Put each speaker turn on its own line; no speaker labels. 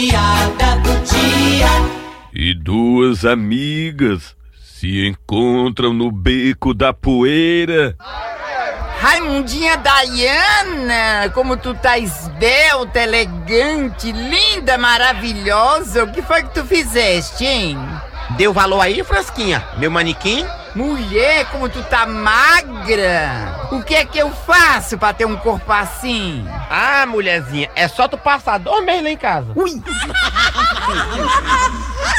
piada do dia.
E duas amigas se encontram no beco da poeira.
Raimundinha Dayana, como tu tá esbelta, elegante, linda, maravilhosa. O que foi que tu fizeste, hein?
Deu valor aí, Frasquinha? Meu manequim?
Mulher, como tu tá magra. O que é que eu faço pra ter um corpo assim?
Ah, mulherzinha, é só tu passar dois meses lá em casa.
Ui!